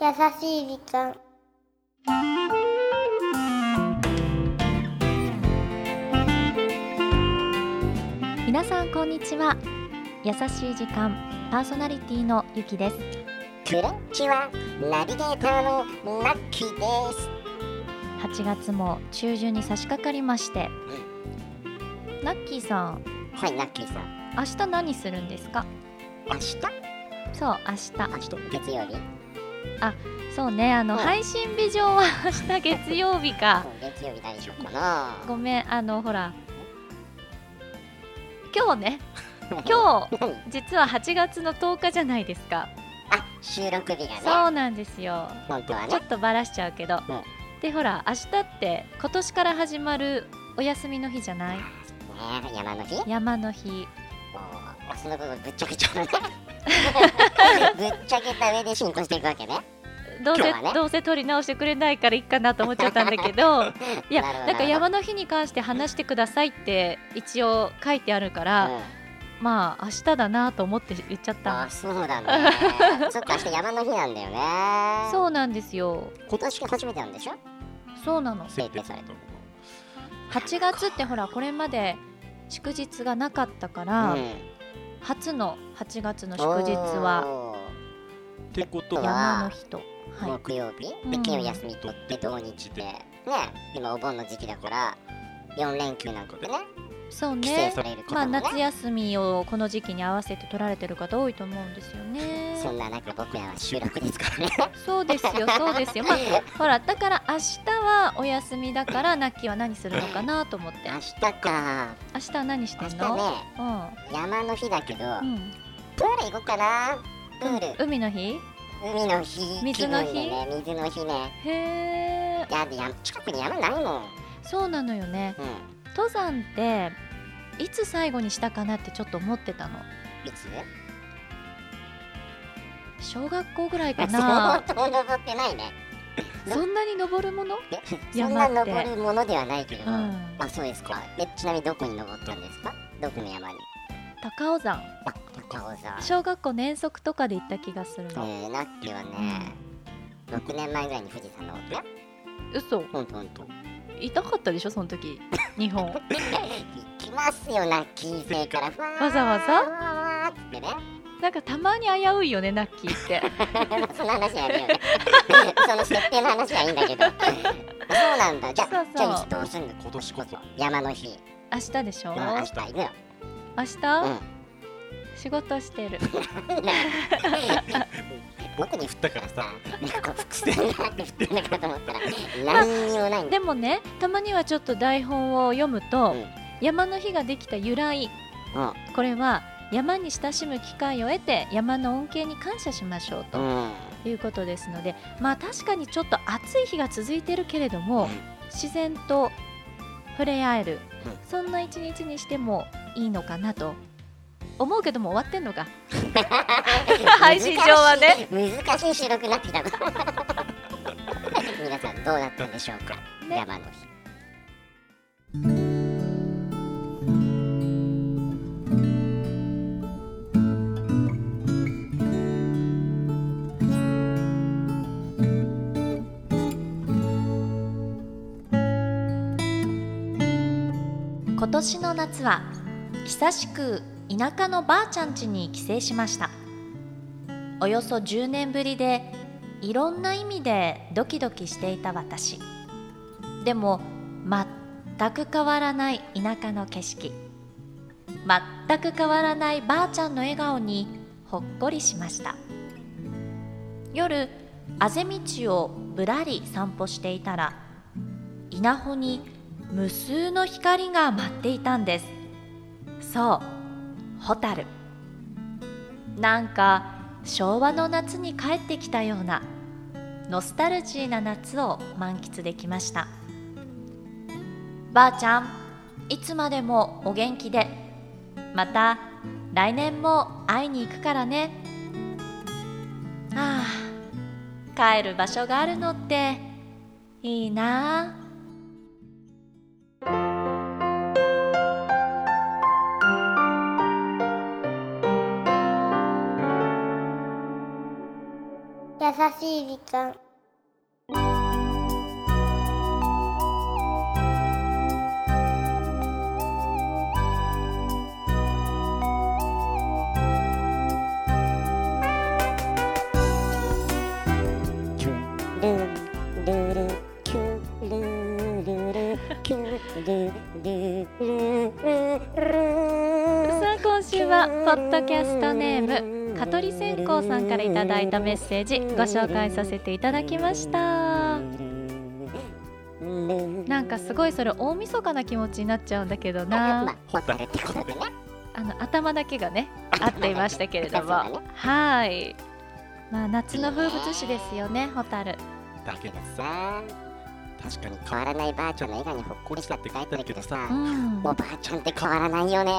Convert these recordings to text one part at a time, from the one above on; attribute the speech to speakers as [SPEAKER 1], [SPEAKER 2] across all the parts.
[SPEAKER 1] 優しい時間
[SPEAKER 2] 皆さんこんにちは優しい時間パーソナリティのゆきです
[SPEAKER 3] クラッチはナビゲーターのラッキーです。
[SPEAKER 2] 8月も中旬に差し掛かりましてラッキーさん
[SPEAKER 3] はい、ラッキーさん。
[SPEAKER 2] 明日何するんですか
[SPEAKER 3] 明日
[SPEAKER 2] そう明日
[SPEAKER 3] 明日月曜日
[SPEAKER 2] そうねあの
[SPEAKER 3] はい
[SPEAKER 2] 配信日上は 明日月曜日か
[SPEAKER 3] そう月曜日大丈夫かな
[SPEAKER 2] ごめんあのほら今日ね
[SPEAKER 3] 今
[SPEAKER 2] 今日
[SPEAKER 3] 何
[SPEAKER 2] 実は8月の10日じゃないですか
[SPEAKER 3] あ、収録日がね。
[SPEAKER 2] そうなんですよ
[SPEAKER 3] 本当は
[SPEAKER 2] ちょ
[SPEAKER 3] ね
[SPEAKER 2] っ。とばらしちゃうけど、
[SPEAKER 3] ん
[SPEAKER 2] でほら明日って今年から始まるお休みの日じゃない
[SPEAKER 3] ね山の日もう、
[SPEAKER 2] 山の日
[SPEAKER 3] 明日の部分ぶっちゃけちゃうね。ぶっちゃけた上で進行していくわけね。
[SPEAKER 2] どうせ、
[SPEAKER 3] 今日はね
[SPEAKER 2] どうせ取り直してくれないからいっかなと思っちゃったんだ けどいや
[SPEAKER 3] なるほど
[SPEAKER 2] なんか山の日に関して話してくださいって一応書いてあるか
[SPEAKER 3] う
[SPEAKER 2] ら、
[SPEAKER 3] ん、
[SPEAKER 2] まあ明日だなと思って言っちゃった
[SPEAKER 3] あ、そうだね。そっか、明日山の日なんだよね。
[SPEAKER 2] そうなんですよ
[SPEAKER 3] 今年が初めてなんでしょ
[SPEAKER 2] そうなの
[SPEAKER 3] 制定されて。
[SPEAKER 2] 8月ってほらこれまで祝日がなかったから、
[SPEAKER 3] ん。
[SPEAKER 2] 初の8月の祝日は
[SPEAKER 3] おー。
[SPEAKER 4] ってことは
[SPEAKER 2] 山の日と、はい、
[SPEAKER 3] 木曜日、
[SPEAKER 2] うん
[SPEAKER 3] で金曜休み取って土日でね今お盆の時期だから4連休なんかでね
[SPEAKER 2] そう
[SPEAKER 3] 帰
[SPEAKER 2] ね
[SPEAKER 3] 省される
[SPEAKER 2] まあ
[SPEAKER 3] 方もね、
[SPEAKER 2] 夏休みをこの時期に合わせて取られてる方多いと思うんですよね。
[SPEAKER 3] そんな中僕らは収録ですからね
[SPEAKER 2] そうですよ、そうですよ。まあ、ほら、だから明日はお休みだから、ナッキーは何するのかなと思って。
[SPEAKER 3] 明日か
[SPEAKER 2] 明日は何して
[SPEAKER 3] 明
[SPEAKER 2] ん
[SPEAKER 3] 日ね
[SPEAKER 2] の？
[SPEAKER 3] 山の日だけど、
[SPEAKER 2] うん、うん、
[SPEAKER 3] プール行こうかなプール、
[SPEAKER 2] 海の日？
[SPEAKER 3] 海の日
[SPEAKER 2] 水の
[SPEAKER 3] 気
[SPEAKER 2] 日
[SPEAKER 3] 分でね水の日ね
[SPEAKER 2] へえ、
[SPEAKER 3] やでや近くに山ないもん、
[SPEAKER 2] そうなのよね。
[SPEAKER 3] うん、
[SPEAKER 2] 登山っていつ最後にしたかなってちょっと思ってたの。
[SPEAKER 3] いつ
[SPEAKER 2] 小学校ぐらいか
[SPEAKER 3] 相
[SPEAKER 2] な。
[SPEAKER 3] 当登ってないね
[SPEAKER 2] そんなに登るもの？
[SPEAKER 3] えそん
[SPEAKER 2] 山
[SPEAKER 3] な
[SPEAKER 2] って
[SPEAKER 3] 登るものではないけど、
[SPEAKER 2] うん
[SPEAKER 3] あそうですかえちなみにどこに登ったんですかどこの山に
[SPEAKER 2] 高尾山。
[SPEAKER 3] あ高尾山
[SPEAKER 2] 小学校年足とかで行った気がする
[SPEAKER 3] え
[SPEAKER 2] の。
[SPEAKER 3] ー、ラッキーはね、6年前ぐらいに富士山登ったよ。
[SPEAKER 2] 嘘。
[SPEAKER 3] ほんとほんと。
[SPEAKER 2] 痛かったでしょその時。日 本。
[SPEAKER 3] 行きますよ、ラッキー生から。
[SPEAKER 2] わざわざ
[SPEAKER 3] わーってね。
[SPEAKER 2] なんかたまに危ういよねナッキーって。
[SPEAKER 3] その話はやるよね。 その設定の話はいいんだけど。そうなんだ。じゃ
[SPEAKER 2] そう
[SPEAKER 3] あ
[SPEAKER 2] そう、
[SPEAKER 3] じゃあ、どうすんの
[SPEAKER 4] 今年こそ
[SPEAKER 3] 山の日。
[SPEAKER 2] 明日でしょ。
[SPEAKER 3] うん明日行くよ。
[SPEAKER 2] 明日、仕事してる。
[SPEAKER 3] なあ僕に
[SPEAKER 4] 振ったからさ
[SPEAKER 3] なんかこう伏線があって振ってんのかと思ったら、何にもないんだ。
[SPEAKER 2] で もね、たまにはちょっと台本を読むと、
[SPEAKER 3] うん
[SPEAKER 2] 山の日ができた由来、
[SPEAKER 3] うん
[SPEAKER 2] これは山に親しむ機会を得て山の恩恵に感謝しましょう
[SPEAKER 3] う
[SPEAKER 2] と
[SPEAKER 3] ん。
[SPEAKER 2] いうことですので、まあ確かにちょっと暑い日が続いてるけれども、自然と触れ合える、
[SPEAKER 3] うん
[SPEAKER 2] そんな一日にしてもいいのかなと思うけども終わってんのか。配信上はね
[SPEAKER 3] 難しい収録になってきたぞ皆さんどうだったんでしょうか、
[SPEAKER 2] ね
[SPEAKER 3] 山の日
[SPEAKER 2] 今年の夏は久しく田舎のばあちゃん家に帰省しましたおよそ10年ぶりでいろんな意味でドキドキしていた私でも全く変わらない田舎の景色全く変わらないばあちゃんの笑顔にほっこりしました夜あぜ道をぶらり散歩していたら稲穂に無数の光が舞っていたんですそうホタルなんか昭和の夏に帰ってきたようなノスタルジーな夏を満喫できましたばあちゃんいつまでもお元気でまた来年も会いに行くからねああ帰る場所があるのっていいなあ
[SPEAKER 1] 優しい時間
[SPEAKER 3] キュルンルールキュルールルキュルールルル
[SPEAKER 2] さあ今週はポッドキャストネーム香取線香さんからいただいたメッセージご紹介させていただきましたなんかすごいそれ大晦日な気持ちになっちゃうんだけど
[SPEAKER 3] まあ
[SPEAKER 2] な
[SPEAKER 3] ホタルってことでね
[SPEAKER 2] あの頭だけがね合っていましたけれども
[SPEAKER 3] そうだね
[SPEAKER 2] はいまあ夏の風物詩ですよねホタル
[SPEAKER 4] だけどさ
[SPEAKER 3] さあ
[SPEAKER 4] 確かに変
[SPEAKER 3] 変わ
[SPEAKER 4] わら
[SPEAKER 3] ら
[SPEAKER 4] な
[SPEAKER 3] ないい
[SPEAKER 4] ば
[SPEAKER 3] ば
[SPEAKER 4] あ
[SPEAKER 3] あ
[SPEAKER 4] ち
[SPEAKER 3] ち
[SPEAKER 4] ゃ
[SPEAKER 3] ゃ
[SPEAKER 4] ん
[SPEAKER 3] ん
[SPEAKER 4] の
[SPEAKER 3] の絵が
[SPEAKER 4] 絵が
[SPEAKER 3] に
[SPEAKER 4] にほ
[SPEAKER 3] ほ
[SPEAKER 4] っ
[SPEAKER 3] っ
[SPEAKER 4] こ
[SPEAKER 3] こ
[SPEAKER 4] り
[SPEAKER 3] り
[SPEAKER 4] し
[SPEAKER 3] したた
[SPEAKER 4] っ
[SPEAKER 3] ってて
[SPEAKER 4] 書
[SPEAKER 3] 書
[SPEAKER 4] い
[SPEAKER 3] い
[SPEAKER 4] て
[SPEAKER 3] てあるけ
[SPEAKER 4] あるけど
[SPEAKER 3] ど
[SPEAKER 4] さ
[SPEAKER 3] さ
[SPEAKER 2] うん
[SPEAKER 3] おばあちゃんって変わらないよね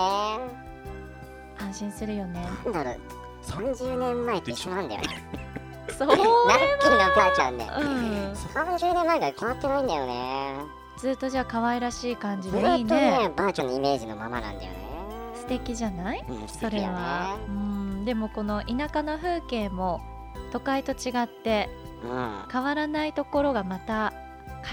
[SPEAKER 2] うん安心するよね
[SPEAKER 3] なんだろう30年前と一緒なんだよ ね
[SPEAKER 2] そう
[SPEAKER 3] ナッキーのばあちゃんね
[SPEAKER 2] うん
[SPEAKER 3] 30年前から変わってないんだよね
[SPEAKER 2] ずっとじゃあ可愛らしい感じ
[SPEAKER 3] ず
[SPEAKER 2] で
[SPEAKER 3] っと
[SPEAKER 2] いいね
[SPEAKER 3] ねばあちゃんのイメージのままなんだよね
[SPEAKER 2] 素敵じゃない
[SPEAKER 3] うん素
[SPEAKER 2] そ
[SPEAKER 3] 敵
[SPEAKER 2] れ
[SPEAKER 3] よ
[SPEAKER 2] は
[SPEAKER 3] ね
[SPEAKER 2] うんでもこの田舎の風景も都会と違って
[SPEAKER 3] うん
[SPEAKER 2] 変わらないところがまた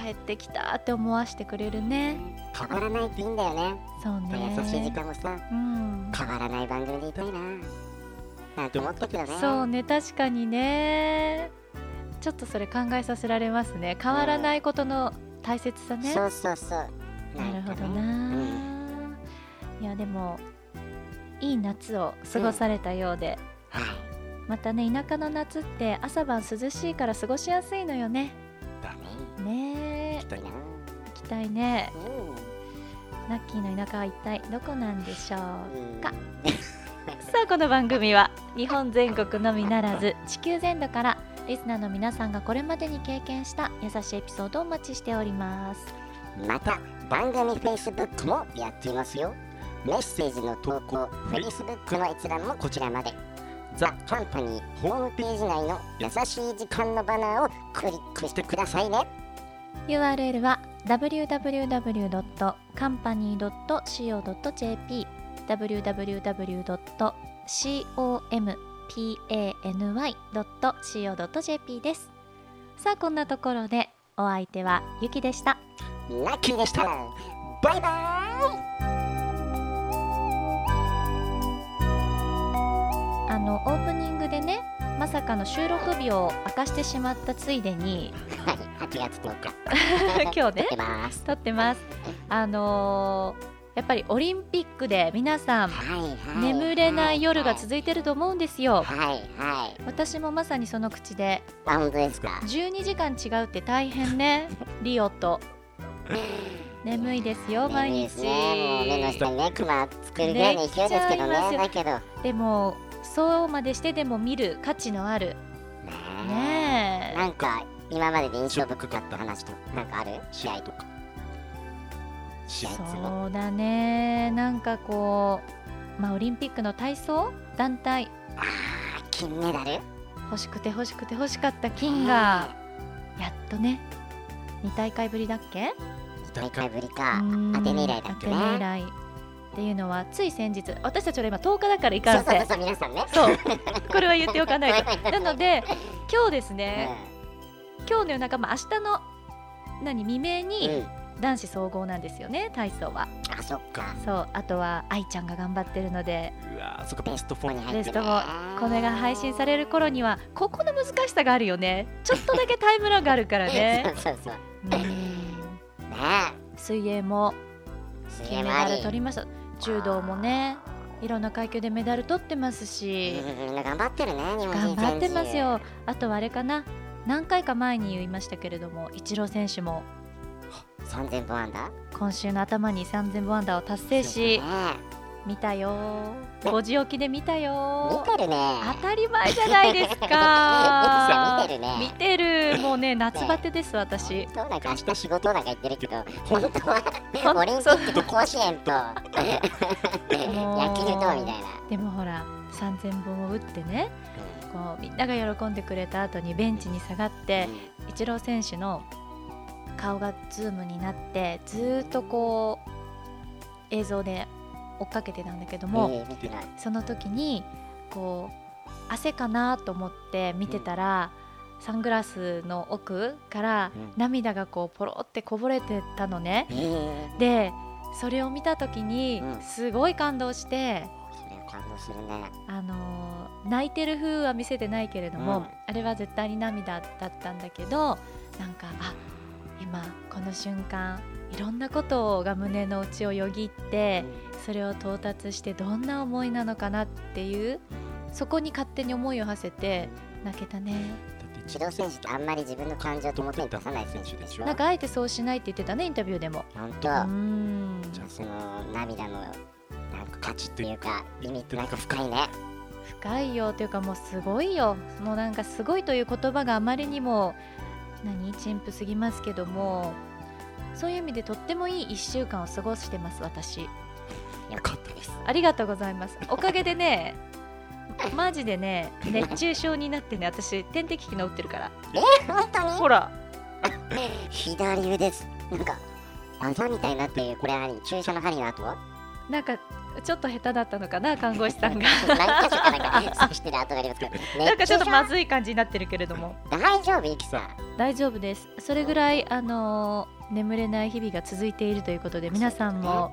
[SPEAKER 2] 帰ってきたって思わせてくれるね
[SPEAKER 3] 変わらないっていいんだよね。
[SPEAKER 2] そう
[SPEAKER 3] この優しい時
[SPEAKER 2] ね
[SPEAKER 3] 間もさ、
[SPEAKER 2] うん
[SPEAKER 3] 変わらない番組でいたいな。なんて思ったけどね。
[SPEAKER 2] そうね確かにねちょっとそれ考えさせられますね変わらないことの大切さね
[SPEAKER 3] そうそうそう。
[SPEAKER 2] なるほど
[SPEAKER 3] んかね
[SPEAKER 2] な、いやでもいい夏を過ごされたようで、
[SPEAKER 3] はい。
[SPEAKER 2] またね田舎の夏って朝晩涼しいから過ごしやすいのよね
[SPEAKER 3] だね。
[SPEAKER 2] ねえ
[SPEAKER 3] いいな。
[SPEAKER 2] 行きたいね
[SPEAKER 3] うん
[SPEAKER 2] ラッキーの田舎は一体どこなんでしょう
[SPEAKER 3] うん。
[SPEAKER 2] かさあこの番組は日本全国のみならず地球全土からリスナーの皆さんがこれまでに経験した優しいエピソードをお待ちしております
[SPEAKER 3] また番組 Facebook もやっていますよ。メッセージの投稿、Facebook の閲覧もこちらまで。ザ・カンパニーホームページ内の優しい時間のバナーをクリックしてくださいね。
[SPEAKER 2] URL は www.company.co.jp www.company.co.jp ですさあこんなところでお相手はゆきでした
[SPEAKER 3] ラッキーでした。バイバーイ
[SPEAKER 2] あのオープニングでねまさかの収録日を明かしてしまったついでに
[SPEAKER 3] はい、8月10日。
[SPEAKER 2] 今日ね
[SPEAKER 3] 撮ってます。
[SPEAKER 2] 撮ってますあのーやっぱりオリンピックで皆さん
[SPEAKER 3] はいはい。
[SPEAKER 2] 眠れない夜が
[SPEAKER 3] い
[SPEAKER 2] 続いてると思うんです
[SPEAKER 3] は
[SPEAKER 2] よ
[SPEAKER 3] いはい。
[SPEAKER 2] 私もまさにその口で
[SPEAKER 3] あ、本当ですか。
[SPEAKER 2] 12時間違うって大変 ねリオと眠いですよ毎
[SPEAKER 3] 眠いで
[SPEAKER 2] 日
[SPEAKER 3] すね、もう目の下にね、クマ作るぐらいの勢いですけど
[SPEAKER 2] めっちゃあ
[SPEAKER 3] ね。
[SPEAKER 2] りま
[SPEAKER 3] だけど。ね
[SPEAKER 2] でもそうまでしてでも見る価値のあるね
[SPEAKER 3] なんか、今までで印象深かった話と、なんかある試合とか。試合
[SPEAKER 2] え
[SPEAKER 3] いつも。
[SPEAKER 2] そうだねなんかこうまあオリンピックの体操団体
[SPEAKER 3] あー、金メダル
[SPEAKER 2] 欲しくて欲しくて欲しかった金がやっとね2大会ぶりだっけ
[SPEAKER 3] 大会ぶり
[SPEAKER 2] う
[SPEAKER 3] か。
[SPEAKER 2] ーん
[SPEAKER 3] アテネ以来だっけね
[SPEAKER 2] アテネ以来っていうのはつい先日私たちは今10日だからい
[SPEAKER 3] そ
[SPEAKER 2] か
[SPEAKER 3] うんそう
[SPEAKER 2] せ
[SPEAKER 3] そうそう、皆さんね。
[SPEAKER 2] そうこれは言っておかな いとなので今日です
[SPEAKER 3] う
[SPEAKER 2] ね、
[SPEAKER 3] ん
[SPEAKER 2] 今日の夜中、まあ、明日の何未明
[SPEAKER 3] う
[SPEAKER 2] に
[SPEAKER 3] ん。
[SPEAKER 2] 男子総合なんですよね体操は
[SPEAKER 3] あ、そっか。
[SPEAKER 2] そうあとは愛ちゃんが頑張ってるので
[SPEAKER 4] うわーそっか
[SPEAKER 3] ベ
[SPEAKER 4] ベ
[SPEAKER 3] ス
[SPEAKER 4] ス
[SPEAKER 3] ト
[SPEAKER 4] ト
[SPEAKER 3] 4に入って、
[SPEAKER 2] ベストフォこれが配信される頃にはここの難しさがあるよねちょっとだけタイムラグあるから ね
[SPEAKER 3] そうそうそう。
[SPEAKER 2] うん
[SPEAKER 3] ね
[SPEAKER 2] 水泳も
[SPEAKER 3] え。すげえ
[SPEAKER 2] 金メダル取りました柔道もねいろんな階級でメダル取ってますし
[SPEAKER 3] みんな頑張ってるね、日本
[SPEAKER 2] 頑
[SPEAKER 3] 人
[SPEAKER 2] 張ってます
[SPEAKER 3] 選
[SPEAKER 2] よあとはあれかな何回か前に言いましたけれどもイチロー選手も
[SPEAKER 3] 手。三千本安打。
[SPEAKER 2] 今週の頭に3000本安打を達成し
[SPEAKER 3] ね
[SPEAKER 2] 見たよ5時起きで見た
[SPEAKER 3] え
[SPEAKER 2] よ
[SPEAKER 3] 見てるね。
[SPEAKER 2] 当たり前じゃ ないですか
[SPEAKER 3] 見てるね
[SPEAKER 2] 見てるもうね夏バテです私
[SPEAKER 3] そうなんか明日仕事なんか言ってるけど、本当
[SPEAKER 2] ほん
[SPEAKER 3] はオリンピックと甲子園と野球とみたいな。
[SPEAKER 2] でもほら3000本を打ってねこうみんなが喜んでくれた後にベンチに下がってイチロー選手の顔がズームになってずーっとこう映像で追っかけてたんだけども、
[SPEAKER 3] ええ見てない。
[SPEAKER 2] その時にこう汗かなと思って見てたら、サングラスの奥から
[SPEAKER 3] うん
[SPEAKER 2] 涙がこうポロってこぼれてたのね
[SPEAKER 3] ええ
[SPEAKER 2] でそれを見た時に
[SPEAKER 3] うん
[SPEAKER 2] すごい感動して、
[SPEAKER 3] それは感動するね
[SPEAKER 2] あのー泣いてる風は見せてないけれども、
[SPEAKER 3] うん
[SPEAKER 2] あれは絶対に涙だったんだけどなんかあ今この瞬間いろんなことが胸の内をよぎってそれを到達してどんな思いなのかなっていうそこに勝手に思いを馳せて泣けたね
[SPEAKER 4] だって
[SPEAKER 3] 指導選手ってあんまり自分の感情と表に出さない選手でしょ
[SPEAKER 2] なんかあえてそうしないって言ってたねインタビューでも
[SPEAKER 3] 本
[SPEAKER 2] う
[SPEAKER 3] 当
[SPEAKER 2] ん
[SPEAKER 4] じゃあそ
[SPEAKER 3] そ
[SPEAKER 4] の
[SPEAKER 3] の涙の
[SPEAKER 4] なんか価値っ
[SPEAKER 3] と
[SPEAKER 4] て
[SPEAKER 3] いうか意味ってなんか深いね
[SPEAKER 2] 深いよというかもうすごいよもうなんかすごいという言葉があまりにも何陳腐すぎますけどもそういう意味でとってもいい1週間を過ごしてます私
[SPEAKER 3] よかったです
[SPEAKER 2] ありがとうございますおかげ でねマジでね熱中症になってね私点滴機能ってるから
[SPEAKER 3] 本当
[SPEAKER 2] ほら
[SPEAKER 3] に 左腕ですなんかあざみたいになってるこれは何注射の針の後
[SPEAKER 2] なんかちょっと下手だったのかな看護師さんが
[SPEAKER 3] 何箇所かなんか刺してる跡がありますけど
[SPEAKER 2] なんかちょっとま
[SPEAKER 3] 熱
[SPEAKER 2] ずい感じになってるけれども
[SPEAKER 3] 中症大丈夫ゆきさん
[SPEAKER 2] 大丈夫ですそれぐらいあのー眠れない日々が続いているということで皆さんも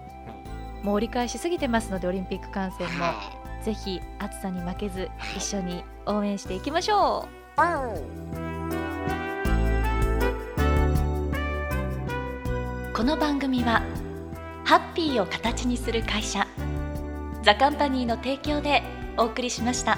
[SPEAKER 2] もう折り返しすぎてますのでオリンピック観戦も
[SPEAKER 3] は
[SPEAKER 2] ぜひ暑さに負けず一緒に応援していきましょう
[SPEAKER 3] いおう
[SPEAKER 2] この番組はハッピーを形にする会社ザカンパニーの提供でお送りしました。